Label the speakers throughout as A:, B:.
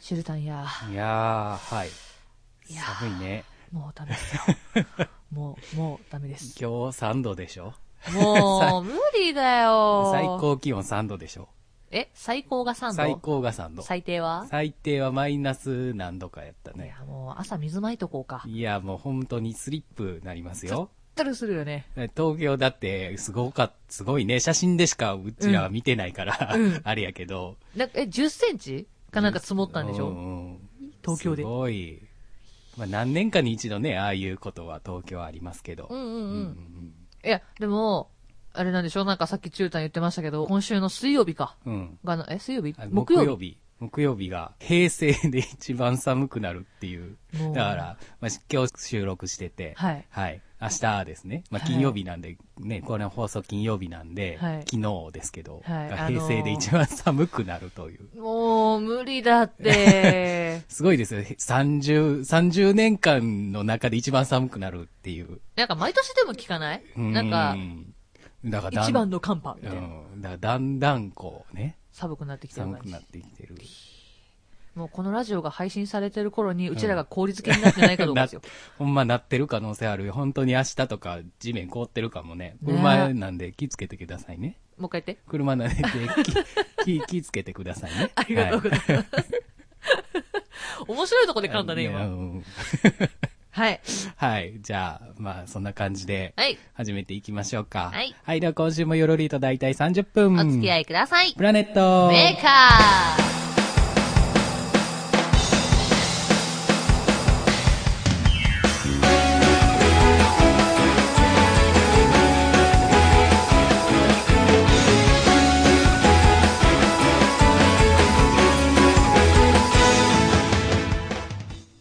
A: シュルタンや
B: いやー、はい。
A: いやー
B: 寒いね。
A: もうダメですよ もうもうダメです
B: 今日3度でしょ
A: もう無理だよ
B: 最高気温3度でしょ
A: え最高が3度
B: 最高が3度。
A: 最低は
B: 最低はマイナス何度かやった
A: い
B: ね。
A: やもう朝水まいとこうか
B: いや、もう本当にスリップなりますよ。
A: たるするよね
B: 東京だって、すごかっ、すごいね。写真でしかうちらは見てないから、
A: うん
B: あれやけど。
A: なんかえ10センチかなんか積もったんでし
B: う
A: ょ
B: んうん
A: 東京です
B: ごい。まあ何年かに一度ね、ああいうことは東京はありますけど。
A: うんうん
B: う
A: うん、
B: ん
A: いやでもあれなんでしょなんかさっき中ン言ってましたけど今週の水曜日か
B: うんうん
A: がなえ水曜日
B: あ
A: 木
B: 木
A: 曜日
B: 曜日。木曜日が平成で一番寒くなるっていう。
A: も
B: だ
A: う
B: から、まあ、今日収録してて、
A: はい
B: 明日ですね。まあ、
A: はい
B: 金曜日なんで、ね、これの放送金曜日なんで、
A: はい
B: 昨日ですけど、
A: はい
B: が
A: あのー
B: 平成で一番寒くなるという。
A: もう無理だって
B: すごいですよ。30、30年間の中で一番寒くなるっていう。
A: なんか毎年でも聞かないなんか
B: う、だからだん
A: 一番の寒波み
B: う
A: たいな。
B: ん。だからだんだんこうね、
A: 寒くなってきてる
B: 寒
A: 感
B: く
A: じ
B: な。ってきてる。
A: もうこのラジオが配信されてる頃に、うちらが氷漬けになってないかどうかです よ。
B: ほんまなってる可能性あるよ。本当に明日とか地面凍ってるかもね。
A: ね
B: 車なんで気つけてくださいね。
A: もう一回言って。
B: 車なんで気気気つけてくださいね。
A: ありがとうご
B: は
A: ざいます。面白いとこで噛んだね、
B: いやう
A: 今。
B: ん
A: はい。
B: はい。じゃあ、まあそんな感じで
A: はい。
B: 始めていきましょうか。
A: はい
B: はい。では今週もよろりと大体30分。
A: お付き合
B: い。
A: いください。
B: プラネット。
A: メーカー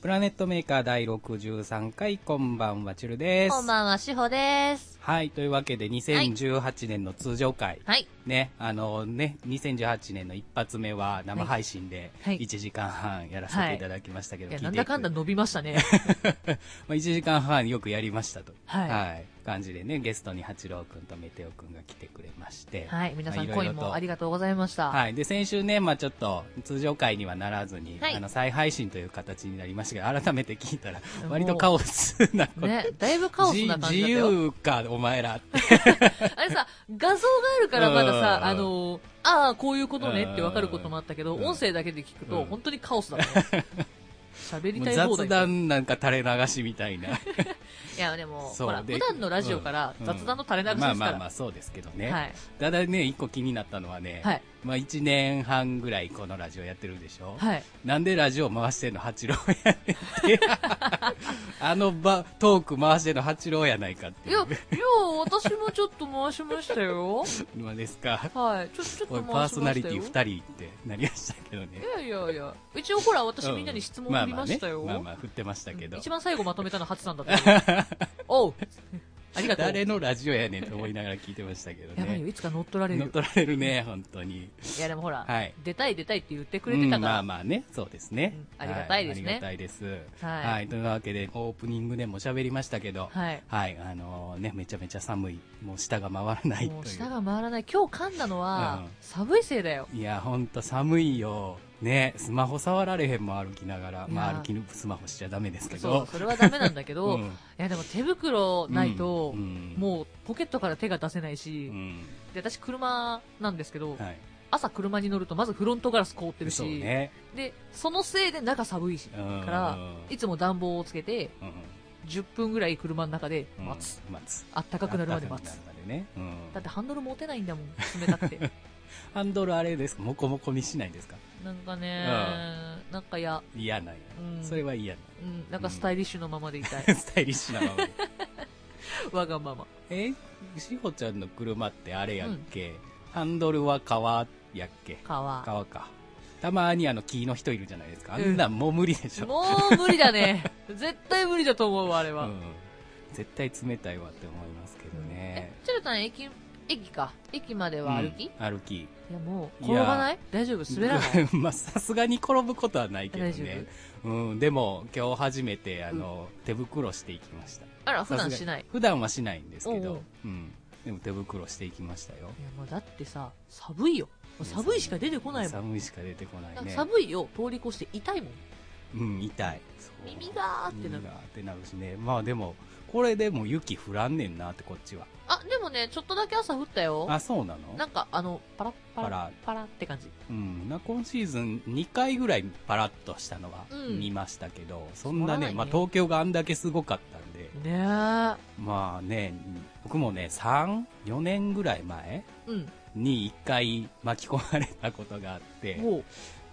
B: プラネットメーカー第63回、こんばんは、ちゅるです。
A: こんばんは、しほです。
B: はい、というわけで、2018年の通常回。
A: はい。
B: ね、あのね、2018年の一発目は生配信で
A: はい
B: 1時間半やらせていただきましたけど、
A: いや、
B: 聞
A: ないん
B: てい
A: だ
B: く
A: かんだ伸びましたね。
B: まあ1時間半よくやりましたと、
A: はい
B: 感じでね、ゲストに八郎くんとメテオくんが来てくれまして、
A: はい。皆さん、
B: まあいろ
A: コ
B: い
A: イ
B: ろ
A: ン
B: と
A: もありがとうございました。
B: はい。で、先週ね、まあちょっと、通常回にはならずに、
A: はい
B: あの、再配信という形になりましたけど、改めて聞いたら、
A: もう
B: 割とカオスなこと。
A: ね、だいぶカオスな感じだったよ。
B: 自由か、お前らって。
A: あれさ、画像があるからまだ
B: う
A: さ、
B: ん
A: あのーああ、こういうことねってわかることもあったけど、
B: うん
A: 音声だけで聞くと、
B: うん
A: 本当にカオスだね。 喋り
B: も
A: た
B: う
A: い放
B: 雑
A: 題。
B: 談なんか垂れ流しみたい
A: い
B: な。
A: や、でも、
B: そう
A: ほら、
B: で
A: 普段のラジオから
B: うん
A: 雑談の垂れ流しです
B: ま
A: か
B: あ
A: ら。
B: まあまあ、そうですけどね。
A: はい。
B: ただね、一個気になったのはね、
A: はい。
B: まあ一年半ぐらいこのラジオやってるでしょ、
A: はい。
B: なんでラジオ回してんの八郎 やねんって。あの場、トーク回してんの八郎やないかって
A: い
B: い
A: や、いうや。、私もちょっと回しましたよ。
B: まあですか。
A: はい。ちょ、ちょっと回
B: お
A: しましたよ。
B: いパーソナリティ二人ってなりましたけどね。
A: いやいやいや。一応ほら、私みんなに質問
B: うん
A: を振りましたよ。
B: まあまあね、まあまあ振ってましたけど
A: 一。番最後まとめたのハチさんだった よ。おう。ありがとう。
B: 誰のラジオやねんと思いながら聞いてましたけど
A: やばいよ、
B: ね。
A: いつか乗っ取られる
B: 乗
A: よ
B: っ。取られるね、本当に。
A: いやでもほら、
B: はい
A: 出たい出たいって言ってくれてたか
B: うんまあ
A: ら、
B: まあね、そうですね。
A: うんありがたいですね
B: はありがたいです。
A: はい
B: というわけで、オープニングでも喋りましたけど、
A: はい
B: はい、あのね、めちゃめちゃ寒い。もう舌が回らない
A: もう
B: とい
A: 舌
B: う。
A: が回らない今日噛んだのは、
B: うん
A: 寒いせいだよ
B: いや、ほんと寒いよ。ね、スマホ触られへんもん歩きながら、
A: いや
B: まあ歩きのスマホしちゃダメですけ
A: そう
B: ど。
A: それはダメなんだけど、
B: うん
A: いやでも手袋ないと、
B: うん
A: もうポケットから手が出せないうし、
B: ん。
A: で私車なんですけど、
B: はい。
A: 朝車に乗るとまずフロントガラス凍ってるし
B: そうね。
A: でそのせいで中寒いし、
B: うん
A: からいつも暖房をつけて
B: うん
A: 10分ぐらい車の中で
B: うん
A: 待つ、。
B: 待つ。
A: あったかくなるまで待
B: 暖
A: つ
B: かくなるまでね。うん
A: だってハンドル持てないんだもん冷たく て
B: ハンドルあれですかもこもこにしないですか
A: なんかね、なんかや
B: 嫌なんや。
A: うん
B: それは嫌な。
A: うん、なんかスタイリッシュのままでいたい。
B: スタイリッシュ なままで。
A: わがまま。
B: えしほちゃんの車ってあれやっけ、ハンドルは革やっけ
A: 川。
B: 革かたまにあの木の人いるじゃないですかあんなんもう無理でしょ、
A: もう無理だね。絶対無理だと思うわ、あれ
B: うん
A: は。
B: 絶対冷たいわって思いますけどね
A: え、、チェルタン駅、駅か。駅までは歩き、い
B: うん歩き
A: や、もう、
B: いや
A: 転ばない大丈夫滑ら ない
B: まあさすがに転ぶことはないけど
A: 大丈
B: ね、うん、でも今日初めてあの、手袋していきました
A: あら、普
B: さすが
A: 段
B: に
A: しない。
B: 普段はしないんですけど
A: おうおう
B: うん、でも手袋していきましたよ
A: いや、もうだってさ、寒いよ。う寒いしか出てこないもん
B: 寒いしか出てこ
A: な
B: な
A: いんか
B: ね
A: 寒いよ通り越して痛いもん
B: うん痛いそう
A: 耳がーってなる
B: 耳がーってなるしねまあでもこれでも雪降らんねんなってこっちは
A: あでもねちょっとだけ朝降ったよ
B: あそうなの
A: なんかあのパラッパラ
B: パラ
A: パラって感じ
B: うん、な今シーズン2回ぐらいパラッとしたのは
A: うん
B: 見ましたけど、そんな
A: そら
B: ね
A: ないね
B: まあ、東京があんだけすごかったんで、
A: ねえ
B: まあね、僕もね、3、4年ぐらい前
A: うん
B: に1回巻き込まれたことがあって、
A: もう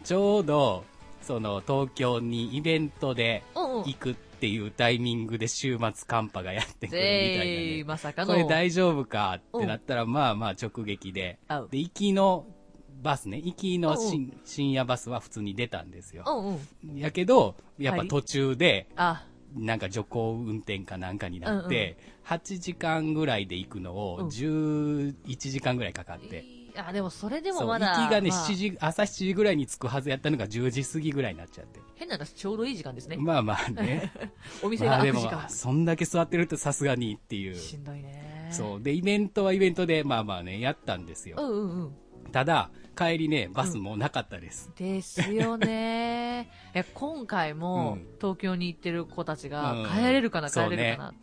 B: ちょうど、その東京にイベントで
A: うんうん
B: 行くっていうタイミングで週末寒波がやってくるみたいな
A: ぜ
B: ね
A: ー。まさか
B: こ
A: の
B: れ大丈夫かってなったら、まあまあ直撃で。
A: 合う
B: で、行きのバスね、行きのし
A: うん
B: ん深夜バスは普通に出たんですよ
A: う。んうん
B: やけど、やっぱ
A: はい
B: 途中で、
A: あ
B: なんか徐行運転かなんかになって、8時間ぐらいで行くの
A: うん
B: を11時間ぐらいかかっ
A: い
B: て。
A: いあでもそれで
B: そ
A: も
B: う、
A: ま
B: 行き
A: だ
B: がね、
A: まあ
B: 7時、朝7時ぐらいに着くはずやったのが10時過ぎぐらいになっちゃって。
A: 変な話ちょうどいい時間ですね
B: まあまあね。
A: お店
B: ま
A: が
B: あで
A: 開く
B: も
A: 時、間
B: そんだけ座ってるとさすがにっていう。
A: しんどいね
B: そう。で、イベントはイベントで、まあまあね、やったんですよ。
A: うんうんうん
B: ただ、帰りね、バスもなかったです。
A: ですよね え今回も
B: うん
A: 東京に行ってる子たち
B: うん
A: が帰れるかな、
B: そう
A: 帰
B: ね
A: れるかな、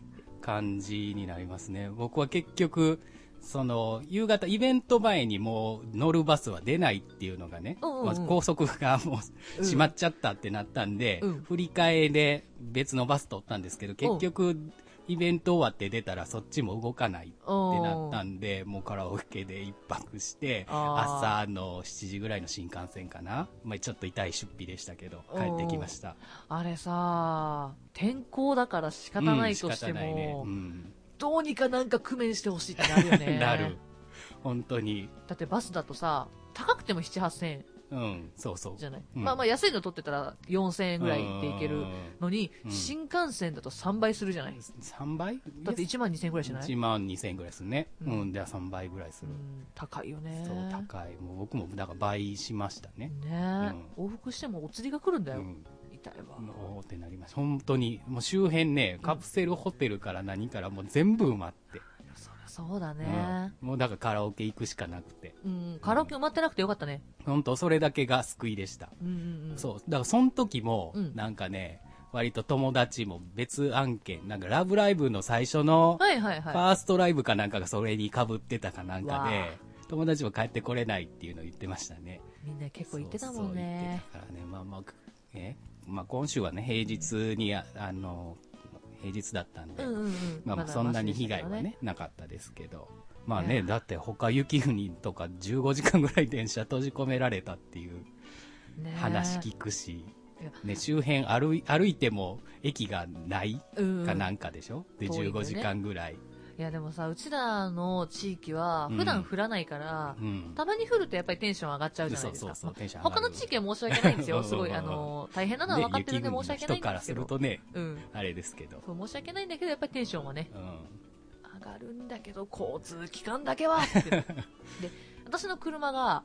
B: 感じになりますね。僕は結局、その、夕方、イベント前にもう乗るバスは出ないっていうのがね、
A: うんうんうん
B: まあ高速がもう
A: うん
B: 閉まっちゃったってなったんで、
A: うん
B: 振り替えで別のバス取ったんですけど、結局、イベント終わって出たらそっちも動かないってなったんで、もうカラオケで一泊して、
A: あ
B: 朝の7時ぐらいの新幹線かな。まあちょっと痛い出費でしたけど、帰ってきました。
A: あれさ天候だから仕方ないとしても、
B: うん仕方ないねうん
A: どうにかなんか工面してほしいってなるよね
B: なる本当に
A: だってバスだとさ高くても7 8千円
B: うんそうそう
A: じゃない、
B: うん
A: まあまあ安いの取ってたら4千円ぐらいでいけるのに、
B: うん
A: 新幹線だと3倍するじゃない
B: 3倍
A: だって1万2千円ぐらいしない
B: 1万2000円ぐらいですねう、
A: うんん
B: では3倍ぐらいす
A: う
B: る、
A: ん高いよね
B: そう高いもう僕もだから倍しましたね
A: ねえ、往復してもお釣りが来るんだ
B: う
A: よ、
B: ん、
A: 痛いわ、
B: おーってなりました本当にもう周辺ねカプセルホテルから何からもう全部埋まって、
A: そりゃそうだ
B: う
A: ね、
B: んもうだからカラオケ行くしかなくて
A: うんカラオケ埋まってなくてよかったね
B: 本当それだけが救いでした
A: うんうんうん
B: そう。だから、その時も
A: う、ん
B: なんかね、割と友達も別案件、なんか、ラブライブの最初の、
A: はいはい
B: フ
A: はい
B: ァーストライブかなんかがそれに被ってたかなんか
A: わあ
B: で、友達も帰ってこれないっていうのを言ってましたね。
A: みんな結構言ってたもんね
B: そうそう言ってたからね、まあまあ、えまあ今週はね、平日に、ああの、平日だったんで、
A: うんうんうん
B: まあまあ
A: だ
B: そんなに被害はね、なかったですけど。まあね、だって他雪国とか15時間ぐらい電車閉じ込められたっていう
A: ね
B: 話聞くし、
A: いや
B: ね、周辺歩い歩いても駅がない
A: うん
B: かなんかでしょ、で
A: 遠いんだ
B: 15
A: ね
B: 時間ぐらい、
A: いやでもさうちらの地域は
B: うん
A: 普段降らないから、
B: うん、
A: たまに降るとやっぱりテンション上がっちゃうじゃな
B: そ
A: いうです
B: そう
A: か
B: そうテンション
A: まあ
B: 上が
A: 他
B: る
A: の地域は申し訳ないんです
B: う
A: よ
B: んうん
A: すごいあの大変なのは分かってるんで
B: ね
A: 申し
B: 雪
A: 訳な
B: 国の
A: い
B: 人
A: ん
B: か
A: で
B: ら
A: す
B: す
A: け
B: る
A: ど
B: とね
A: うん
B: あれですけど、
A: そう申し訳ないんだけどやっぱりテンションはね
B: うん、
A: 上がるんだけど交通機関だけはって で私の車が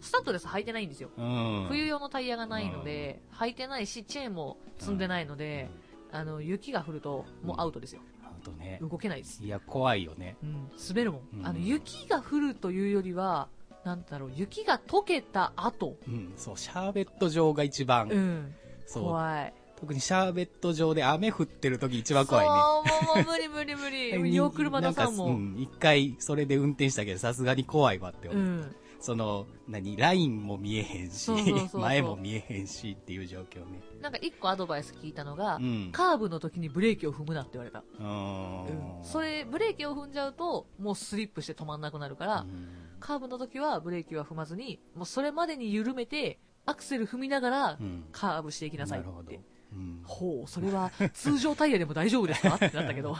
A: スタッドレス履いてないんですよ、
B: うん、うん
A: 冬用のタイヤがないので、履いてないしチェーンも積んでないので、あの雪が降るともうアウトですよ、
B: あとね
A: 動けないです、
B: いや怖いよね
A: うん、滑るもん、
B: うん
A: あの雪が降るというよりはなんだろう雪が溶けた後、
B: うん、そう、シャーベット状が一番、
A: うん、
B: そう、
A: 怖い
B: 特にシャーベット状で雨降ってる時一番
A: そう
B: 怖いね。
A: もうもう無理無理無 理よう車出さんも
B: なんかうん、一回それで運転したけど、さすがに怖いわって
A: う
B: 思う。
A: ん、
B: その、何、ラインも見えへんし
A: そうそうそうそ、う
B: 前も見えへんしっていう状況ね。
A: なんか一個アドバイス聞いたのが、
B: うん。
A: カーブの時にブレーキを踏むなって言われた
B: うーん
A: そ、れブレーキを踏んじゃうともうスリップして止まんなくなるから、
B: うん
A: カーブの時はブレーキは踏まずにもうそれまでに緩めてアクセル踏みながら
B: うん
A: カーブしていきなさいって、
B: るほど。うん
A: ほうそれは通常タイヤでも大丈夫です かってなったけど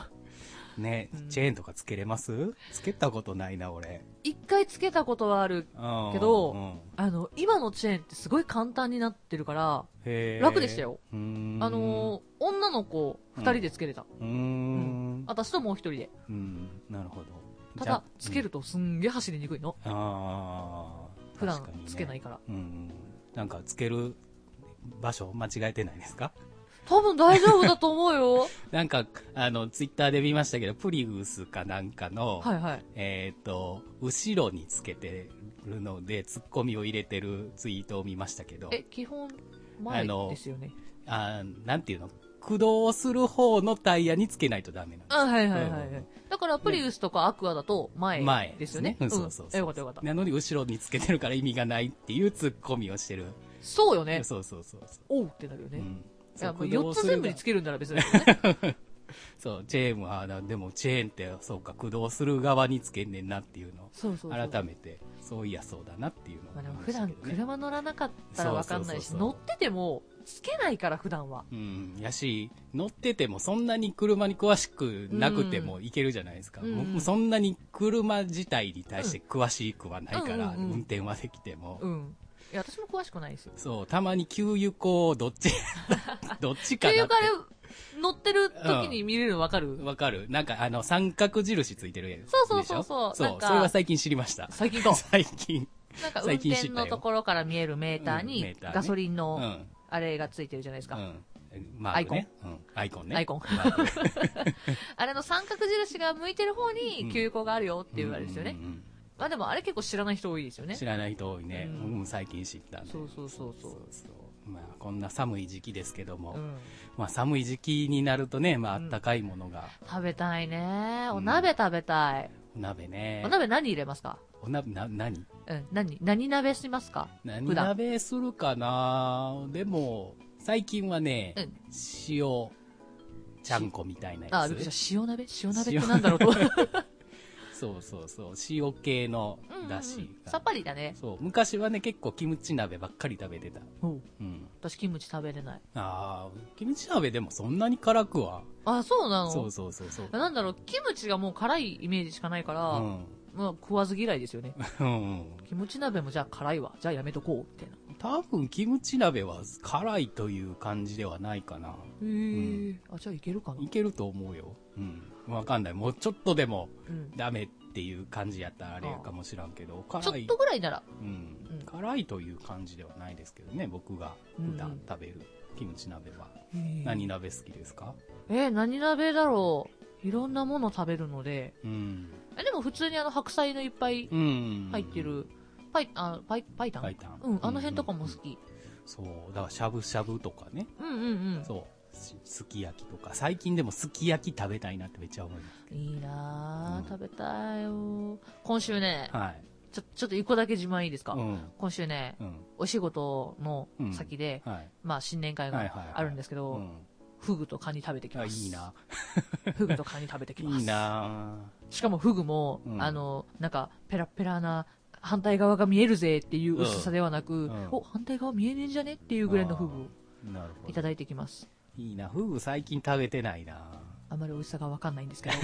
B: ね
A: う、ん
B: チェーンとかつけれますつけたことないな、俺。
A: 一回つけたことはある
B: け
A: けどあの今のチェーンってすごい簡単になってるから、楽でしたよ。
B: うーん
A: あのー女の子2人でつけれた、
B: うーん。
A: 私ともう1人で
B: うん、なるほど。
A: た
B: じゃ
A: だつけ。るとすんげえ走りにくいの、
B: うんああ。
A: 普段
B: 確かにね
A: つけない。から
B: うん。なんか、つける場所間違えてないですか
A: 多分大丈夫だと思う よ。
B: なんか、あの、ツイッターで見ましたけど、プリウスかなんかの、
A: はいはい。
B: えっ、と、後ろにつけてるので、ツッコミを入れてるツイートを見ましたけど、
A: え、基本、前
B: あの
A: ですよね。
B: あーなんていうの駆動する方のタイヤにつけないとダメなんです。
A: あ、はいはいはいはい。
B: うん
A: だから、プリウスとかアクアだと前
B: 前
A: ですよね。
B: うん、そうそうそう。
A: よかったよかった。
B: なのに後ろにつけてるから意味がないっていうツッコミをしてる。
A: そうよね。
B: そうそうそうそ
A: おうってなるよ
B: う。
A: ね。
B: うん
A: いや、もう
B: 駆動
A: 4
B: す
A: つ
B: る
A: 全部につけるんなら 別に、ね。
B: そう、チェーンは、あでもチェーンって、そうか、駆動する側につけんねんなっていうのを、
A: そうそうそう。
B: 改めて、そういやそうだなっていうのを
A: まあ、でも
B: 思いま
A: 普
B: した
A: 段
B: けどね。
A: 車乗らなかったらわかんないし、
B: そうそうそう
A: 乗
B: そう
A: っててもつけないから普段は。
B: うん、やし、乗っててもそんなに車に詳しくなくてもいけるじゃないですか。
A: うん
B: 僕もそんなに車自体に対して詳しくはないから、
A: うんうんうんうん
B: 運転はできても。
A: うん。いや、私も詳しくないですよ。
B: そう、たまに給油口をどっ ち、どっちか
A: 給
B: なって
A: 油から乗ってる時に見れるのわかる、
B: わかるなんかあの、三角印ついてるやつでし
A: そう
B: ょ。
A: そうそうそう
B: そ
A: なん
B: う、
A: か
B: それは最近知りました。
A: 最近か
B: 最近。
A: なんか運
B: 最近知
A: 転
B: ったよ
A: のところから見えるメーター
B: うんメ
A: に
B: ーターね
A: ガソリン
B: う
A: の
B: ん。
A: あれがついてるじゃないですか。
B: うん。マークね。うんアイコンね。
A: アイコン
B: マーク っ
A: あれの三角印が向いてる方に給油口があるよっていうあれですよね。まあでもあれ結構知らない人多いですよね
B: 知。らない人多いね。
A: うん
B: 僕も最近知ったんで。
A: そうそうそうそう
B: そうまあ、こんな寒い時期ですけども、
A: うん。
B: まあ、寒い時期になるとね、まあ、あ
A: うん
B: ったかいものが、
A: 食べたいね。
B: うん
A: お鍋食べたい。
B: お鍋ね。
A: お鍋何入れますか
B: お鍋、な、何
A: うん。何何鍋しますか
B: 何
A: 普段
B: 鍋するかなでも、最近はね、
A: うん
B: 塩、ちゃんこみたいな
A: あ、
B: や
A: びっくり
B: つ。
A: した。塩鍋塩鍋ってなんだろうと。
B: そうそうそう。塩系の だしが、
A: うんうんうんさっぱりだね。
B: そう。昔はね、結構キムチ鍋ばっかり食べてた。うん。
A: 私キムチ食べれない。
B: ああ、キムチ鍋でもそんなに辛くは。
A: あ、そうなの
B: そうそうそうそう。
A: なんだろう、キムチがもう辛いイメージしかないから、
B: うん。
A: まあ食わず嫌いですよ ね。
B: うん。
A: キムチ鍋もじゃあ辛いわ。じゃあやめとこう。みたいな。
B: 多分キムチ鍋は辛いという感じではないかな。
A: へーあ、じゃあいけるかな。
B: いけると思うよ。うん。わかんない。もうちょっとでも
A: うん。
B: ダメっていう感じやったらあれかもしらんけど、
A: ちょ
B: 辛
A: っ
B: い
A: と、ぐらいなら。
B: うん
A: うん
B: 辛いという感じではないですけどね、僕が普
A: うんう
B: 段
A: ん
B: 食べるキムチ鍋は。何鍋好きですか
A: えー何鍋だろう。いろんなもの食べるので。
B: うん。
A: えでも普通にあの白菜のいっぱい
B: うん。
A: 入ってる、パイ、あ、パイ、パイタン
B: 白湯
A: うん、あの辺とかも好き。
B: そう、だからしゃぶしゃぶとかね。
A: うんうんうん。
B: そう。しすき焼きとか。最近でもすき焼き食べたいなってめっちゃ思いま
A: いいな
B: うん
A: ぁ、食べたいよ。今週ね
B: す。、はい。
A: ちょ、ちょっと一個だけ自慢いいですか、
B: うん。
A: 今週ね、
B: うん。
A: お仕事の先で、
B: はい。
A: まあ新年会
B: はいはいはい
A: があるんですけ
B: う
A: ど、
B: ん。
A: フグとカニ食べてき
B: あ
A: ます。
B: いい。な。
A: フグとカニ食べてきます。
B: いいな
A: しかもフグも、
B: うん
A: あの、なんか、ペラペラな、反対側が見えるぜっていう薄さではなく、
B: んうん
A: お、反対側見えねえんじゃねっていうぐらいのフグを
B: なるほ
A: いた
B: ど。
A: だいてきます。
B: いいな。フグ最近食べてないな。
A: あまり美味しさがわかんないんです けど。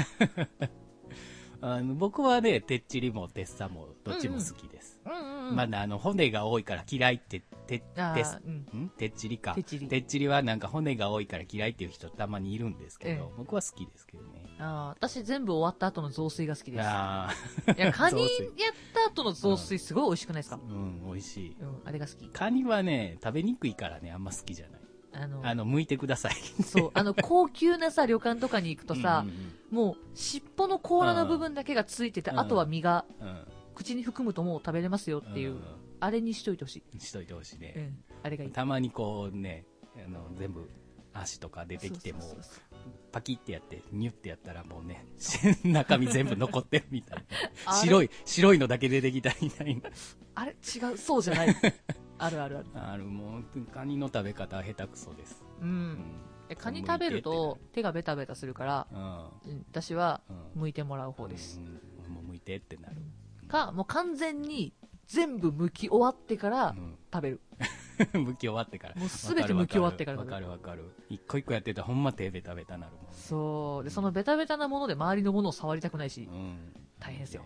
B: あの僕はね、てっちりもてっさもどっちも好きです。
A: うん
B: まだあの、骨が多いから嫌いって、て、
A: あ
B: です
A: ーうん。
B: んてっちりか。
A: てっちり
B: はなんか骨が多いから嫌いっていう人たまにいるんですけ
A: え
B: ど、僕は好きですけどね。
A: あー私全部終わった後の雑炊が好きです。
B: ああ、
A: いや、カニや
B: 雑炊
A: った後の雑炊すごい美味しくないですか、
B: うん、美味しい。
A: うん、あれが好き。
B: カニはね、食べにくいからね、あんま好きじゃない。
A: あの、
B: あの、剥いてください。
A: そう、あの、高級なさ、旅館とかに行くとさ
B: う、ん
A: もう、尻尾の甲羅の部分だけがついてて、
B: うん
A: あとは身が
B: うんうん、
A: 口に含むともう食べれますよ
B: うん
A: っていう、あれにしといてほしい。
B: んしといてほしいうね。
A: ん、あれがいい。
B: たまにこうね、あの、全部、足とか出てきても
A: そう、そうそう
B: パキってやって、ニュってやったらもうね、 中身全部残ってるみたいな。
A: あれ
B: 白い、白いのだけ出てきたみたいな。
A: あれ違う、そうじゃ ない。あるあるある。
B: あるもう、カニの食べ方は下手くそです。
A: う。
B: うんん。
A: えカニ食べると手がベタベタするから、
B: うん。
A: うん私は
B: うん。
A: 剥いてもらう方です。
B: うん。もう剥いてってなる。
A: か、もう完全に全部剥き終わってから
B: うん。
A: 食べる。
B: 剥き終わってから。
A: もう全て剥き終わってから
B: わかるわかる。わかる一個一個やってたらほんま手ベタベタなるもん。
A: そう。で、そのベタベタなもので周りのものを触りたくないし。
B: うん、
A: 大変ですよ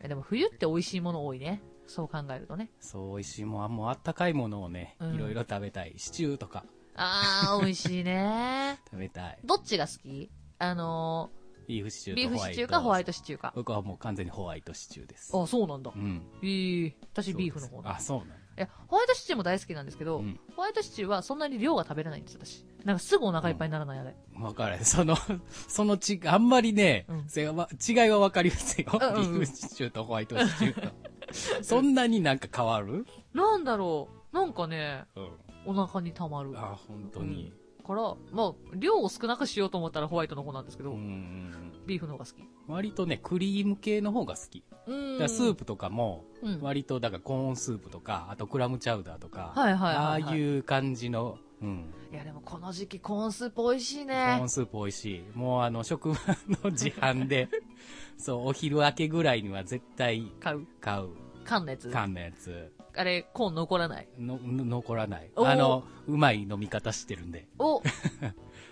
A: えでも冬って美味しいもの多いね。そう考えるとね。
B: そう美味しいもんもうあったかいものをね、
A: うん
B: いろいろ食べたいシチューとか
A: あー、美味しいね。
B: 食べたい
A: どっちが好きあの
B: ビーフシチ
A: ー、
B: ュ
A: ビ
B: ー
A: ー
B: と
A: フ
B: ホワイト
A: シチューかホワイトシチューか。
B: 僕はもう完全にホワイトシチューです
A: あ、そうなんだ
B: う。ん
A: えー、私
B: そう
A: ビーフの方
B: ですあそうなの
A: いや、ホワイトシチューも大好きなんですけど、
B: うん
A: ホワイトシチューはそんなに量が食べれないんです、私。なんかすぐお腹いっぱいにならない、あれ。
B: わからん。 その、そのち、あんまりね、
A: うん
B: せわ違いはわかりますよ。
A: うんうんうん
B: ビーフシチューとホワイトシチュー と。そんなになんか変わる
A: なんだろう。なんかね、
B: うん。
A: お腹にたまる。
B: あ、本当に。
A: から、まあ、量を少なくしようと思ったらホワイトの方なんですけ
B: う
A: ど、
B: ん。うん
A: ビーフの方が好き。
B: 割とね、クリーム系の方が好き。
A: うん
B: だからスープとかも、
A: うん
B: 割と、だからコーンスープとか、あとクラムチャウダーとか、
A: はいはいはいはい
B: ああいう感じの、うん。
A: いやでもこの時期コーンスープ美味しい
B: コー
A: ね
B: ン。スープ美味しい。もうあの、職場の自 販で、そう、お昼明けぐらいには絶対
A: 買う。
B: 買う。
A: 缶のやつ。
B: 缶のやつ。
A: あれ、コーン残らない。
B: の、の残らない。
A: おー
B: あの、うまい飲み方してるんで。
A: お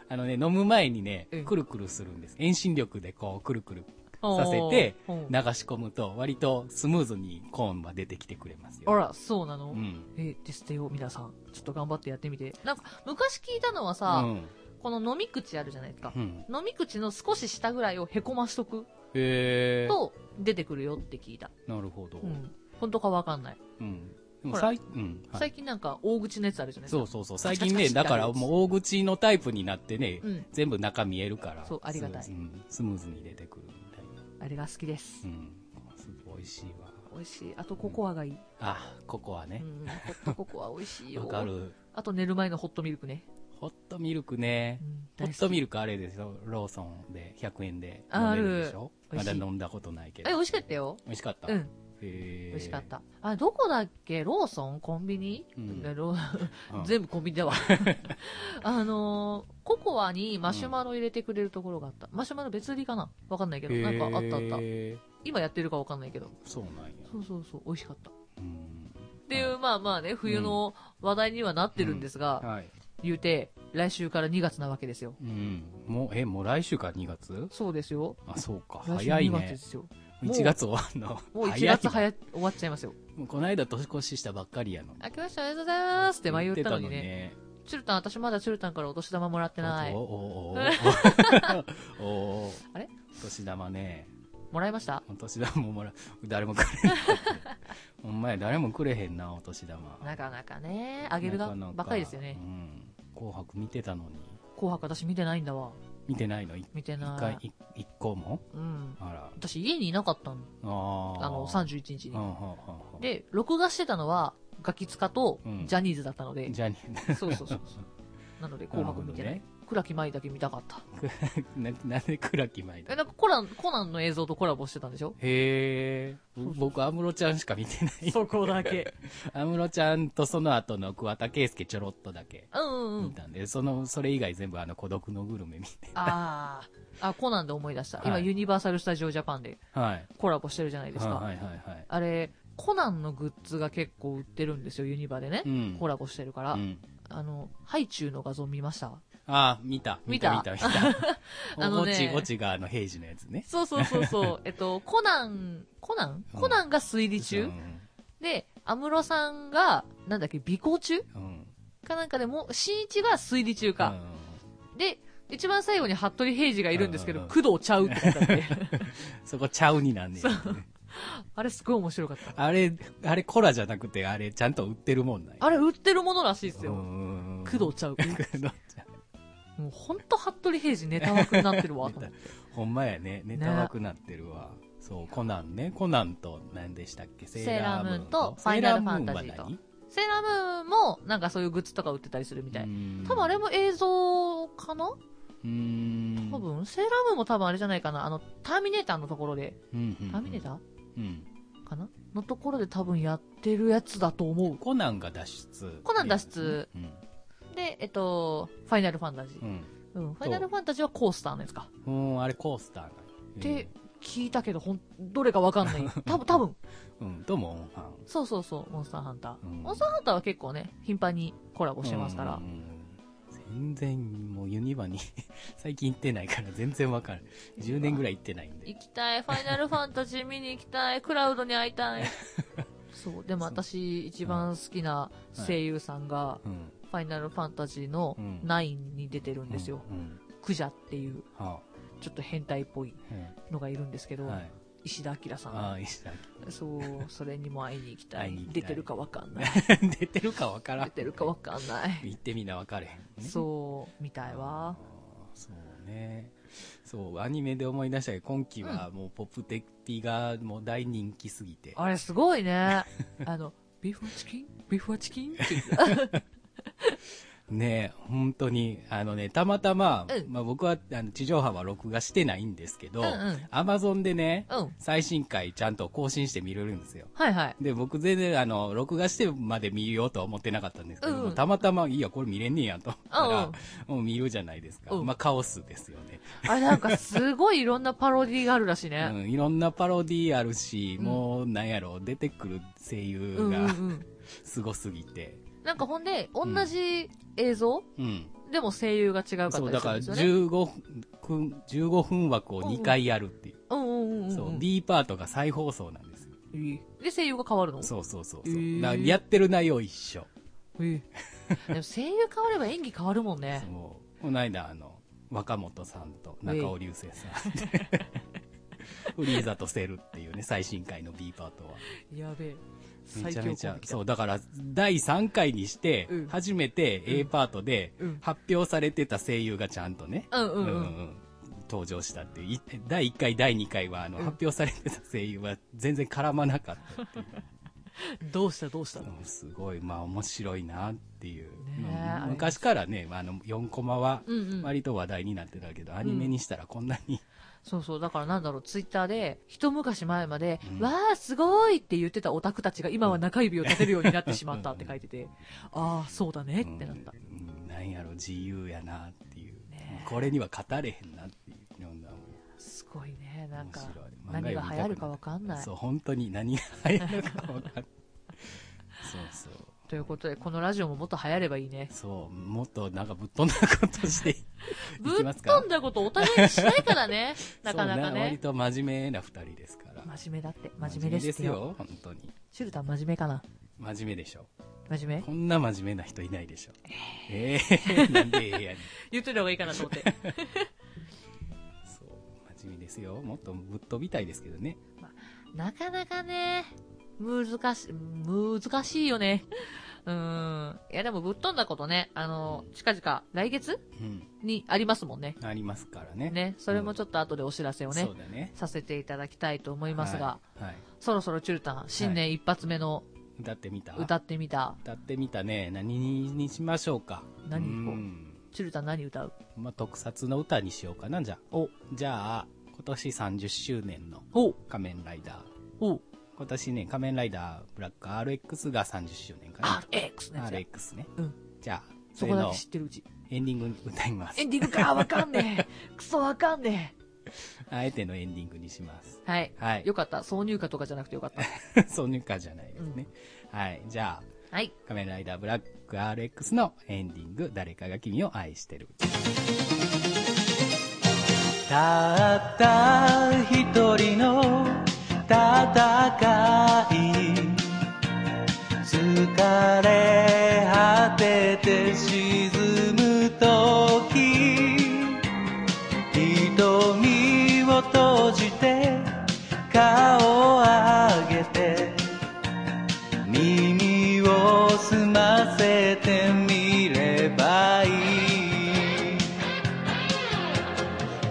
B: あのね、飲む前にね
A: うん、
B: くるくるするんです。遠心力でこう、くるくるさせて、
A: おー
B: 流し込むと、割とスムーズにコーンは出てきてくれます
A: あ
B: よ。
A: ら、そうなの、
B: うん。
A: え、テストよ、皆さん。ちょっと頑張ってやってみて。なんか、昔聞いたのは
B: う
A: さ、
B: ん。
A: この飲み口あるじゃないですか
B: う。ん。
A: 飲み口の少し下ぐらいをへこましとく
B: へー。
A: と出てくるよって聞いた。
B: なるほど
A: う。ん。本当かわかんない。
B: うん。でも
A: ほら
B: 最、うん。はい
A: 最近なんか大口のやつあるじゃないです
B: そ
A: か。
B: うそうそう。
A: カ
B: 最
A: チカチ
B: 近
A: カチ
B: ね、
A: ってあ
B: だ
A: る
B: からもう大口のタイプになってね、
A: うん。
B: 全部中見えるから。
A: そうありがたい
B: スムーズうんスムーズに出てくるみたいな。
A: あれが好きです。
B: うん。すごい美味しいわ。
A: 美味しい。あとココアがいい。
B: あ、ココア
A: う
B: ね。
A: ん。ホットココア美味しいよ。
B: わかる。
A: あと寝る前のホットミルクね。
B: ホットミルクね
A: う。ん
B: ホットミ
A: ル
B: ルクあれですよ。ローソンで100円で
A: あ
B: 飲めるでしょ
A: ある美
B: ま
A: 味
B: だ
A: しい
B: 飲んだことないけ
A: ク。え、
B: ど。
A: 美味しかったよ。
B: 美味しかった。
A: う
B: へ
A: ん。
B: え。
A: 美味しかっ。た。あ、どこだっけローソンコンビニ、
B: うん
A: ロー
B: うん
A: 全部コンビニだ わ。あのーココアにマシュマロ入れてくれるところがあった。マシュマロ別売りかなわかんないけど。なんかあったあった。
B: へー
A: 今やってるかわかんないけど。
B: そうなんや。
A: そうそうそう、美味しかった。っ
B: うん。
A: ていう、まあまあね、冬の話題にはなってるんですが、
B: はい。
A: 言うて、来週から2月なわけですよ。
B: うん。もう、え、もう来週か2月
A: そうですよ。
B: あ、そうか。
A: 来週
B: 早い
A: 2月で
B: ね。
A: すよ。もう
B: 1月終わんの。
A: もう1
B: 早い
A: 月早い終わっちゃいますよ。
B: もうこの間年越ししたばっかりやの。
A: 明けましておめでとうございますって前言ったのにね。
B: ね。
A: チュルタン、私まだチュルタンからお年玉もらってない
B: お。おおお おおお
A: あれ
B: お年玉ね。
A: もらいました
B: お年玉ももらう。誰もく れへん。ほんまや、誰もくれへんな、お年玉。
A: なかなかね、あげる側
B: なな
A: ばっかりですよね
B: う。ん。紅白見てたのに。
A: 紅白私見てないんだわ。
B: 見てないのい
A: 見て
B: 一
A: な
B: 回
A: い。
B: い、一個も
A: うん。
B: あら。
A: 私家にいなかったの。
B: あー
A: あの、31日
B: うんう
A: に。
B: んうんうん
A: で、録画してたのは、ガキツカと
B: うん
A: ジャニーズだったので、
B: ジャニー
A: そうそうそうそう。 なので、紅白見てない。
B: なる
A: 倉木舞だけ見たかった。
B: ななんで暗き前
A: え、
B: だ
A: なんかコラン、コナンの映像とコラボしてたんでしょ
B: へえ。僕、安室ちゃんしか見てない。
A: そこだけ。
B: 安室ちゃんとその後の桑田佳祐ちょろっとだけ
A: うんうんう
B: 見
A: ん。
B: たんで、その、それ以外全部あの、孤独のグルメ見て。
A: ああ。あ、コナンで思い出した。今、
B: はい
A: ユニバーサル・スタジオ・ジャパンで
B: はい。
A: コラボしてるじゃないですか。
B: はいはいはいはい。
A: あれ、コナンのグッズが結構売ってるんですよ、ユニバでね。
B: うん。
A: コラボしてるから、
B: うん。
A: あの、ハイチュウの画像見ました
B: ああ、見た。
A: 見た
B: 見た見た。見た
A: あの
B: お
A: ね
B: ち、おちがあの、平時のやつね。
A: そうそうそう そう。えっと、コナン、コナン
B: うん
A: コナンが推理中、
B: うん
A: で、安室さんが、なんだっけ、尾行中
B: うん。
A: かなんかでも、新一が推理中
B: うん
A: か。で、一番最後に服部平次がいるんですけど、
B: うんうん
A: 工藤ちゃうって書いてあって。
B: そこちゃうになんねん
A: あれすごい面白かった。
B: あれ、あれコラじゃなくて、あれちゃんと売ってるもんない。
A: あれ売ってるものらしいです
B: う
A: よ。
B: ん。
A: 工藤ちゃう。
B: 工藤ちゃん。
A: もうほんと服部平次ネタ枠になってるわ、と思って。
B: ほんまやね。ネタ枠なってるわ。そう、コナンね。コナンと何でしたっけセ
A: ーラームーンとファイナルファンタジーと セーラームーンも、なんかそういうグッズとか売ってたりするみ
B: み
A: たい。多
B: 多
A: 分あれも映像かな
B: うーん。
A: 多分、セーラームーンも多分あれじゃないかな。あの、ターミネーターのところで、
B: うんうんうん。
A: ターミネータ
B: うん。
A: ーかなのところで多分やってるやつだと思
B: コナンが脱出。
A: コナン脱出
B: うん。
A: う。で、えっと、ファイナルファンタジー
B: う。ん。
A: うん、ファイナルファンタジーはコースターのやつか。
B: うん、うんあれコースターなんや
A: で、聞いたけど、ほん、どれかわかん ない。多分、多分。
B: うんうん、とも、ファン。
A: そうそうそう、モンスターハンター。
B: うん
A: モンスターハンターは結構ね、頻繁にコラボしてますから
B: うん。うんうん全然、もうユニバに最近行ってないから全然わかる。10年ぐらい行ってないんで。
A: 行きたい、ファイナルファンタジー見に行きたい、クラウドに会いた い。そう、でも私、一番好きな声優さんが、
B: うん。
A: ファイナルファンタジーの
B: うん
A: 9に出てるんですよ。
B: うん。うん
A: クジャっていう、
B: は
A: ちょっと変態っぽい
B: あ
A: のがいるんですけど、
B: はい。
A: 石田明さん
B: ああ、石田
A: そう、それにも会いに行きた
B: 会い
A: い
B: に。行きた
A: 出
B: い
A: てるかわか んない。
B: 明。出てるかわからん。
A: 出てるかわかんない。
B: 行ってみなわかれへんね、
A: そう、みたいわ。
B: あーそうねそうアニメで思い出したけど今期はもうポップテッピがもう大人気すぎて、
A: あれすごい ね。あの、ビーフォーチキンビーフォーチキンって言って
B: ね本当にあのねたまたま、
A: うん
B: まあ、僕はあの地上波は録画してないんですけど、
A: うんうん
B: アマゾンでね、
A: うん
B: 最新回ちゃんと更新して見れるんですよ
A: はいはい。
B: で僕全然あの録画してまで見ようとは思ってなかったんですけど、
A: うんうん
B: たまたまいやこれ見れんねえやと思ったら、もう見るじゃないですか、
A: うん
B: まあカオスですよね
A: あれなんかすごいいろんなパロディがあるらしいね。
B: うん、いろんなパロディあるし、
A: うん
B: もうなんやろ出てくる声
A: うん
B: 優
A: うんう
B: が
A: ん。
B: すごすぎて、
A: なんかほんで、同じ映像、
B: うん、
A: でも声優が違うかった
B: そ
A: り
B: う
A: す
B: だか
A: るんで
B: ら
A: すよね。
B: 15分 ,15 分枠を2回やるっていう,、
A: うんうんうんうん。
B: そう B パートが再放送なんですよ
A: で、声優が変わるの
B: そうそうそう
A: へ
B: そう、
A: ー
B: だからやってる内容一緒
A: ええでも声優変われば演技変わるもんね。
B: そうこの間あの若本さんと中尾隆聖さんで フリーザとセルっていうね最新回の B パートは
A: やべえ。
B: め
A: 最強
B: ち
A: コ
B: ゃ
A: ン
B: め
A: ビ
B: ちゃ
A: だ。
B: そうだから第3回にして
A: うん
B: 初めて A パートで
A: うん
B: 発表されてた声優がちゃんとね、
A: うんうんうん
B: 登場したっていうい第1回第2回はあの
A: うん
B: 発表されてた声優は全然絡まなか ったっていう
A: どうしたどうした
B: うんすごいまあ面白いなっていう、
A: ねえ
B: うん昔からねあの4コマは
A: うんうん
B: 割と話題になってたけど、アニメにしたらこんなに、
A: そうそう、だからなんだろう、ツイッターで、一昔前まで、
B: うん
A: わー、すごいって言ってたオタクたちが今は中指を立てるようになってしまったって書いてて、ああ、そうだねってなった。
B: うんなんやろ自由やなっていう、
A: ねえ
B: これには語れへんなっていうような
A: すごいね、なんか
B: 面白い、漫画
A: 何
B: 読み
A: が
B: たくな
A: 流行るかわかんない
B: そ。う、本当に何が流行るか分かんない。そうそう。
A: ということで、このラジオももっと流行ればいいね。
B: そう、もっとなんかぶっ飛んだことしてい
A: ぶ
B: いきま
A: っ
B: すか
A: 飛んだことお互いにしないから ね、なかなか
B: そう割
A: ね。
B: と真面目な二人ですから。
A: 真面目だって、真面目ですよ。
B: 真面目本当に。
A: シュルタン真面目かな
B: 真面目でしょ。
A: 真 面目
B: こんな真面目な人いないでしょ。ええなんでええやねん。
A: 言ってた方がいいかなと思って。
B: そう、真面目ですよ。もっとぶっ飛びたいですけどね。
A: なかなかね、難し、難しいよね。 うーん。いや、でもぶっ飛んだことね、あの、近々、来月
B: うん。
A: にありますもんね。
B: ありますからね。
A: ね。それもちょっと後でお知らせをね
B: そ、うだね。
A: させていただきたいと思いますが、
B: はい。はい
A: そろそろチュルタン、新年一発目の
B: 歌ってみた
A: 歌ってみた、
B: 歌ってみたね。何にしましょうか。
A: 何行
B: う
A: こうんチュルタン何歌う
B: まあ、特撮の歌にしようかな、じゃあ。じゃあ、今年30周年の
A: お
B: 仮面ライダー。
A: お
B: 今年ね、仮面ライダーブラック RX が30周年かな。
A: !RX ね。
B: RX ね。
A: うん
B: じゃあ、
A: そ
B: そ
A: こ
B: れ
A: だ
B: の
A: け知ってるうち。
B: エンディングに歌います
A: エ。ンディングかわかんねえ クソわかんね
B: あえてのエンディングにします。
A: えはい。
B: はい。
A: よかった。挿入歌とかじゃなくてよか った。
B: 挿入歌じゃないですね。はい。じゃあ、
A: はい。
B: 仮面ライダーブラック RX のエンディング、誰かが君を愛してる。
C: たった一人の戦い疲れ果てて沈む時瞳を閉じて顔を上げて耳を澄ませてみればいい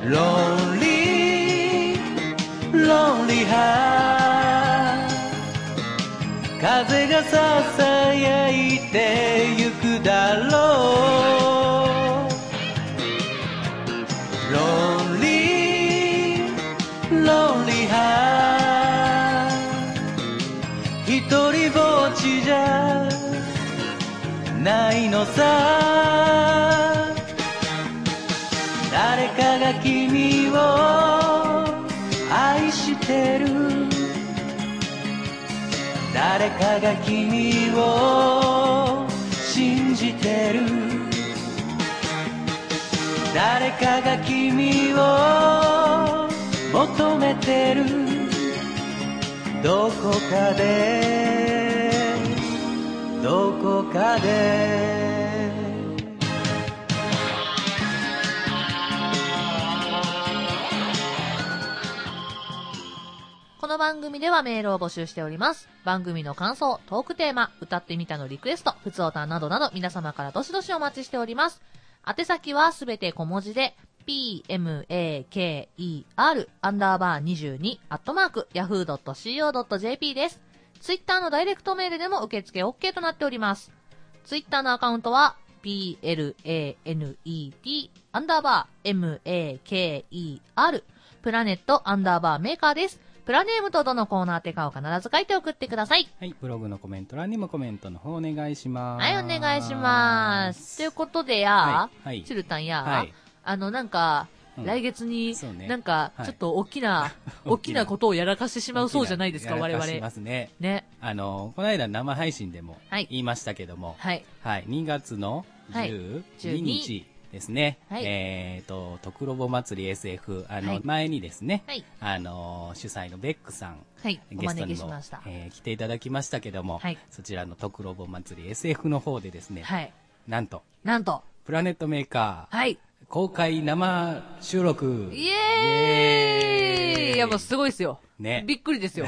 C: ロンリー、ロンリーハー風がささやいてゆくだろうロンリー、ロンリーハー一人ぼっちじゃないのさ誰かが君を愛してる誰かが君を信じてる誰かが君を求めてるどこかでどこかで
A: 番組ではメールを募集しております。番組の感想、トークテーマ、歌ってみたのリクエスト、ふつおたなどなど皆様からどしどしお待ちしております。宛先はすべて小文字で、p-m-a-k-e-r アンダーバー22アットマーク yahoo.co.jp です。ツイッターのダイレクトメールでも受付 OK となっております。ツイッターのアカウントは、planet アンダーバー maker プラネットアンダーバーメーカーです。プラネームとどのコーナーってかを必ず書いて送ってください。
B: はい、ブログのコメント欄にもコメントの方お願いします。
A: はい、お願いします。ということでや、
B: はいはい
A: チュルタンや、
B: はい
A: あの、なんか、
B: うん
A: 来月に
B: そう、ね
A: なんか、
B: はい
A: ちょっと大き な、大きなことをやらかしてしまうそうじゃないですか、
B: や
A: 我
B: らかしま
A: 々。
B: すね。
A: ね。
B: あの、この間生配信でも
A: はい
B: 言いましたけども、
A: はい。
B: はい、2月の
A: はい
B: 12
A: 12
B: 日ですね、
A: はい
B: えっ、と、とくろぼ祭り SF、あの、
A: はい
B: 前にですね、
A: はい。
B: あの、主催のベックさん、
A: はい。お
B: ゲスト
A: 招
B: に
A: きし
B: も
A: ました。
B: えー来ていただきましたけども、
A: はい
B: そちらのとくろぼ祭り SF の方でですね、
A: はい。
B: なんと、
A: なんと、
B: プラネットメーカー、
A: はい。
B: 公開生収録。
A: イエーイ
B: イエーイ
A: いや、もうすごいですよ。
B: ね
A: びっくりですよ。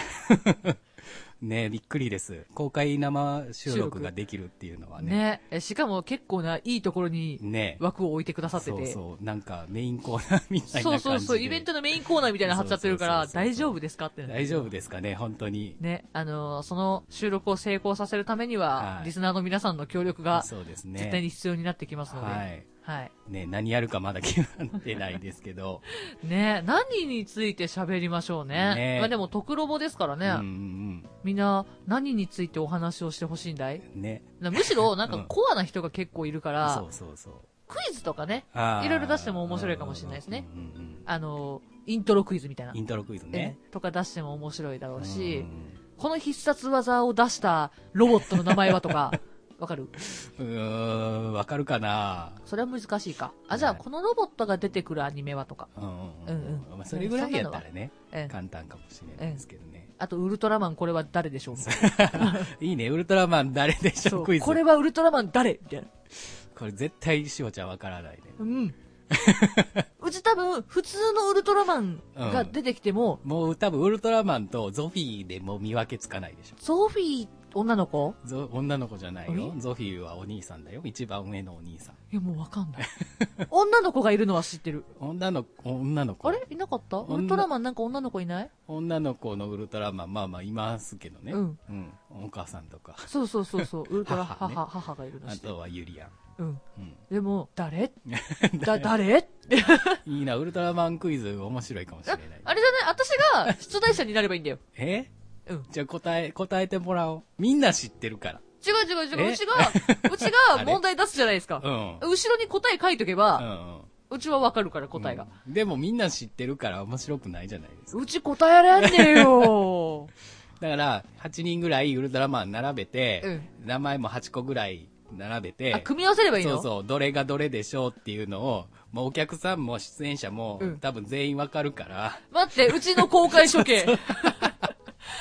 B: ねびっくりです。公開生収
A: 収録
B: 録ができるっていうのは ね。
A: ね。えしかも結構な、いいところに
B: ね
A: 枠を置いてくださって
B: そう
A: て。
B: そう、なんかメインコーナーみたいな
A: そう
B: 感じで。
A: そうそう、イベントのメインコーナーみたいなの貼っちゃってるから、
B: そうそうそうそう
A: 大丈夫ですかってなって
B: 大丈夫ですかね、本当に。
A: ね、あのーその収録を成功させるためには、
B: はい
A: リスナーの皆さんの協力が
B: そうですね。
A: 絶対に必要になってきますので、は
B: はいい。ね、何やるかまだ決まってないですけど。
A: ね、何について喋りましょうね。
B: ね
A: まあでも、特ロボですから
B: うん
A: ね、みんな何についてお話をしてほしいんだい
B: うんうん。ね。
A: なむしろ、なんか
B: うん
A: コアな人が結構いるから、
B: そうそうそう。
A: クイズとかね、
B: あー
A: いろいろ出しても面白いかもしれないですね。
B: うんうんうん
A: あのーイントロクイズみたいな。
B: イントロクイズね。
A: えとか出しても面白いだろうし、
B: うん
A: この必殺技を出したロボットの名前はとか、 わかる
B: うーん、わかるかな
A: それは難しいか。あ、じゃあ、このロボットが出てくるアニメはとか。
B: うんう
A: うん
B: ん
A: う
B: うんん。まあ、それぐらいやったらね、
A: うん。
B: 簡単かもしれないですけどね。
A: あと、ウルトラマンこれは誰でしょうみたい
B: いいね、ウルトラマン誰でし
A: な。
B: ょ
A: そう
B: うクイズ。
A: こ
B: こ
A: れ
B: れ
A: はウルトラマン誰みたいな。
B: 絶対しおちゃんわからないね。
A: うん。うち多分、普通のウルトラマンが出てきても、
B: もう多分ウルトラマンとゾフィーでもう見分けつかないでしょ。
A: ゾフィー、女の子
B: ゾ女の子じゃないよ
A: え。
B: ゾフィーはお兄さんだよ。一番上のお兄さん。
A: いや、もうわかんない。 女の子がいるのは知ってる。
B: 女の子、女の子。
A: あれいなかった
B: 女
A: ウルトラマンなんか女の子いない
B: 女の子のウルトラマン、まあまあいますけどね。
A: うん。
B: お母さんとか。
A: そうそうそうそう。ウルトラ母、
B: 母ね
A: 母母がいるの知
B: あ
A: ってる。
B: とはユリアン。
A: うん。
B: うん。
A: でも、 誰だ、誰って。
B: いいな、ウルトラマンクイズ面白いかも しれない。
A: あれじゃない私が出題者になればいいんだよ。
B: え
A: うん。
B: じゃあ答え、答えてもらおう。みんな知ってるか
A: 違う違う違う。
B: え
A: う ちが、うちが問題出すじゃないです
B: ら。う
A: か。
B: ん。
A: 後ろに答え書いとけ
B: う
A: ば、
B: んうん。
A: うちはわかるから答えが。
B: うんでもみんな知ってるから面白くないじゃないですか。
A: うち答えらんねえ よ
B: だから、8人ぐらいウルトラマン並べて、名前も8個ぐらい並べて、
A: あ、組み合わせればいい
B: そう
A: の
B: そう、どれがどれでしょうっていうのを、もうお客さんも出演者も、
A: うん
B: 多分全員わかるから、
A: 待って、うちの公開処刑。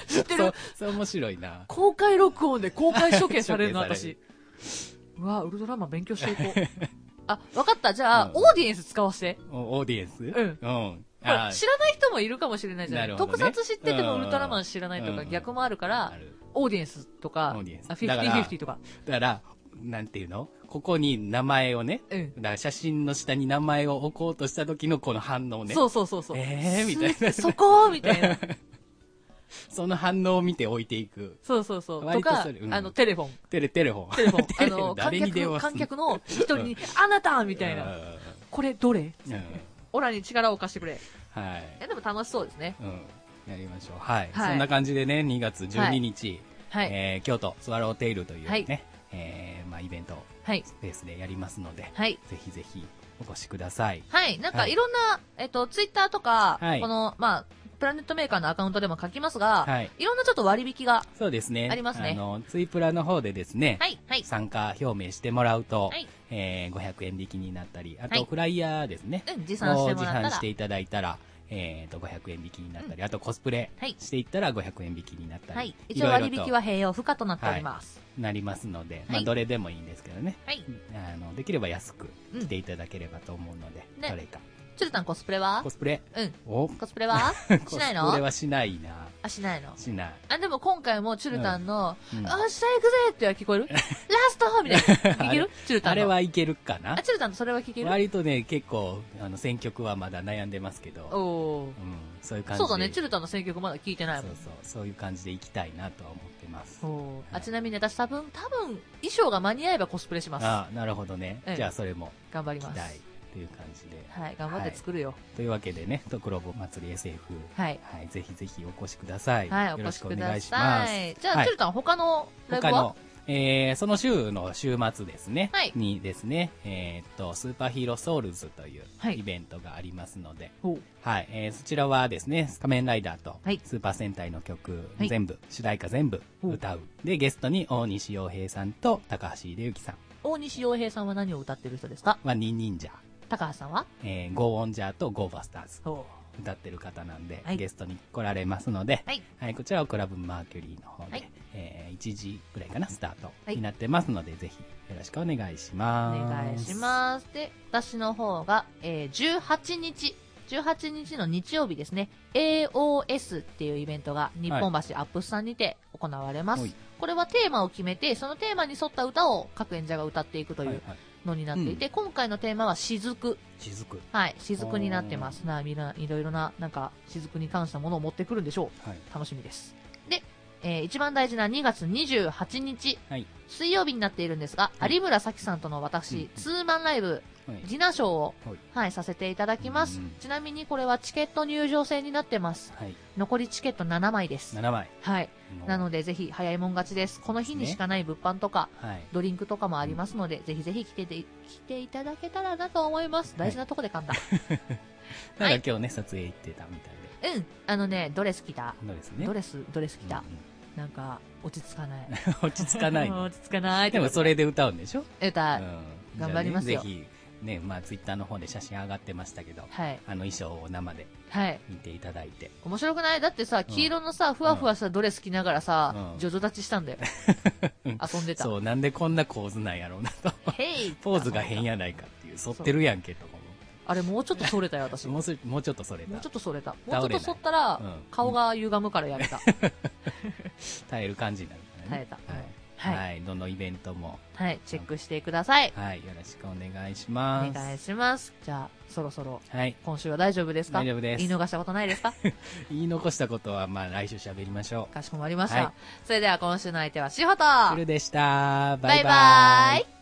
A: 知って
B: そう
A: る、
B: そう面白いな。
A: 公開録音で公開処刑されるの、
B: 処刑され
A: 私。うわ、ウルトラマン勉強していこう。 あ、わかった。じゃあ、
B: うん
A: オーディエンス使わせて。
B: おオーディエンスうんうん。
A: ほら
B: あ
A: 知らない人もいるかもしれないじゃない
B: なるほど
A: 特
B: ね
A: 撮知っててもウ
B: うん
A: ルトラマン知らないとか
B: うん
A: 逆もあるか
B: あ
A: ら、
B: る
A: オーディエンスとか、
B: オーディエンス
A: あ
B: だから
A: 50-50とか。
B: だから、なんていうのここに名前をね、
A: うん
B: だから写真の下に名前を置こうとした時のこの反応ね。
A: そうそうそうそう。
B: えーみたいな
A: すそこみたい な。
B: その反応を見て置いていく。
A: そうそうそう。と
B: 割と
A: か
B: それう、ん
A: あの、テレフォン。
B: テレ、 テレフォ ン。
A: テレフォン。あ
B: レフォン
A: の、観
B: 誰に電
A: 客、
B: 話すん
A: 観客の一人に、あなたみたいな。
B: う
A: これ、どれ
B: んうん
A: オラに力を貸してくれ。
B: はい。
A: え、でも楽しそうですね。
B: うん。やりましょう。はい。
A: はい
B: そんな感じでね、2月12日、
A: はい。
B: えー京都スワローテイルというね、
A: はい
B: えーまあ、イベント
A: はい。
B: スペースでやりますので、
A: はい。
B: ぜひぜひお越しください。
A: はい。なんか、
B: はい
A: いろんな、えっと、ツイッターとか
B: は、い
A: この、まあ、プラネットメーカーのアカウントでも書きますが、
B: はい。
A: いろんなちょっと割引が。
B: そうですね。
A: ありますね
B: あの、ツイプラの方でですね、
A: はい。はい。
B: 参加表明してもらうと、
A: はい。
B: えー500円引きになったり、あ
A: は
B: と
A: い
B: フライヤーですね。
A: うん、持参してもら
B: 持
A: った
B: 参
A: ら
B: して。いただいたら、えー、と500円引きになったり、あとコスプレ
A: はい
B: していったら500円引きになったり、
A: はい。一
B: ろ
A: 応
B: いろ
A: 割
B: と
A: 引は併用不可となっております。
B: なりますので、ま
A: は
B: あ、
A: い
B: どれでもいいんですけどね、
A: はい。
B: あのできれば安く
A: うん
B: 来ていただければと思うので、
A: ね
B: どれか
A: チュルタンコスプレは
B: コスプレ。
A: うん。
B: お
A: コスプレ は しない
B: コスプレ
A: の
B: はしないな。
A: あ、しないの。
B: しない。
A: あ、でも今回もチュルタンの、
B: うんうん
A: あ、下行くぜっては聞 こえるラストみたいな。いけるチュルタンの。
B: あれはいけるかな
A: あ、チュルタンのそれは聞ける
B: 割とね、結構、あの、選曲はまだ悩んでますけ
A: お
B: ど、
A: お
B: うん、そういう
A: ー。
B: 感じで。
A: そうだね、チュルタンの選曲まだ聞いてない
B: そ
A: も。
B: うんそう、そういう感じでいきたいなとは思ってます。
A: おー
B: は
A: あ
B: い
A: ちなみに私多分、多分、衣装が間に合えばコスプレします。
B: あなるほどね
A: ええ。
B: じゃあそれも
A: 頑張り
B: 期
A: ます。
B: 待という感じで。
A: はい、頑張って作るよ。
B: というわけでね、トクロボ祭り SF、
A: はい。
B: はい、ぜひぜひお越しください。
A: はい、
B: よ
A: お
B: ろ
A: 越
B: し
A: し
B: くお
A: く
B: 願
A: だ
B: いしま
A: さ
B: す。
A: い。じゃあ、チュルタン、他のライブ
B: 他
A: は
B: の、えー、その週の週末ですね、
A: はい
B: にですね、えーっと、スーパーヒーローソウルズという
A: はい
B: イベントがありますので、
A: ほう
B: はい、えーそちらはですね、仮面ライダーと
A: はい
B: スーパー戦隊の曲
A: はい
B: 全部、主題歌全部
A: ほう
B: 歌う。で、ゲストに大西洋平さんと高橋秀幸さん
A: 大西洋平さんは何を歌ってる人ですか
B: はニンニンジャー、
A: 高橋さんは
B: えー、ゴーオンジャーとゴーバスターズ
A: ほ
B: 歌ってる方なんで、
A: はい
B: ゲストに来られますので、
A: はい。
B: はい、こちらはクラブマーキュリーの方で、
A: はい
B: えー1時ぐらいかな、スター
A: は
B: ト
A: い
B: になってますので、ぜひよろしくお願いし
A: お
B: ます。
A: 願いします。で、私の方が、えー、18日、18日の日曜日ですね、AOS っていうイベントが日本橋アップスさんにて行われます。
B: はい
A: これはテーマを決めて、そのテーマに沿った歌を各演者が歌っていくとい
B: はいうはい。
A: のになっていて、今回のテーマは雫。
B: 雫。
A: はい、雫になってます。な、みんな、いろいろな、なんか、雫に関したものを持ってくるんでしょう。
B: はい。
A: 楽しみです。で、えー一番大事な2月28日、
B: はい
A: 水曜日になっているんですが、
B: はい
A: 有村咲さんとの私、
B: うん
A: ツーマンライブ、
B: はい。
A: ディナーショーを、
B: は
A: はいい、させていただきます、
B: うん
A: ちなみにこれはチケット入場制になってます。
B: はい。
A: 残りチケット7枚です。
B: 7枚。
A: はい。
B: の
A: なので、ぜひ、早いもん勝ちです。この日にしかない物販とか、
B: はい。
A: ドリンクとかもありますので、ぜひぜひ来てて、来ていただけたらなと思います。
B: はい
A: 大事なとこで噛んだ。
B: な
A: は
B: ん
A: い
B: か今日ね、撮影行ってたみたい
A: うん。あのね、ドレス着た。
B: で。のですね。
A: ド
B: れ
A: レス、ドレス着た。なんか、落ち着かない。
B: 落ち着かな い。
A: 落ち着かない。
B: でもそれで歌うんでしょ
A: 歌、
B: うん
A: 頑張りますよ
B: じゃあねぜひ、ね、まあツイッターの方で写真上がってましたけど、
A: はい。
B: あの衣装を生で
A: はい。
B: 見ていただいて。
A: 面白くないだってさ、黄色のさ、ふわふわしたドレス着ながらさ
B: う、ん
A: ジョジョ立ちした んだよ。遊んでた。
B: そう、なんでこんな構図なんやろうな と。
A: ヘイ
B: ポーズが変やないかっていう、反ってるやんけとか
A: あれ、もうちょっとそれたよ、私。
B: も。も
A: も
B: うすもうちょっとそれだ
A: うちょっとそれた。もうちょ
B: 倒
A: っ
B: れな
A: と
B: い
A: そったら
B: うん、
A: 顔が歪むからやめた。
B: 耐える感じになるからね。
A: 耐えた
B: はい。
A: は
B: はい。どのイベントも、
A: はい、チェックしてください。
B: はい。よろしくお願いし
A: お
B: ます。
A: 願いします。じゃあ、そろそろ、
B: はい。
A: 今週は大丈夫ですか
B: 大丈夫で
A: 言
B: す
A: い逃したことないですか
B: 言い残したことは、まあ、来週喋りましょう。
A: かしこまりまし
B: はい
A: た。それでは今週の相手は、しほと
B: シルでした。バイバ
A: バ
B: イ。
A: イバイ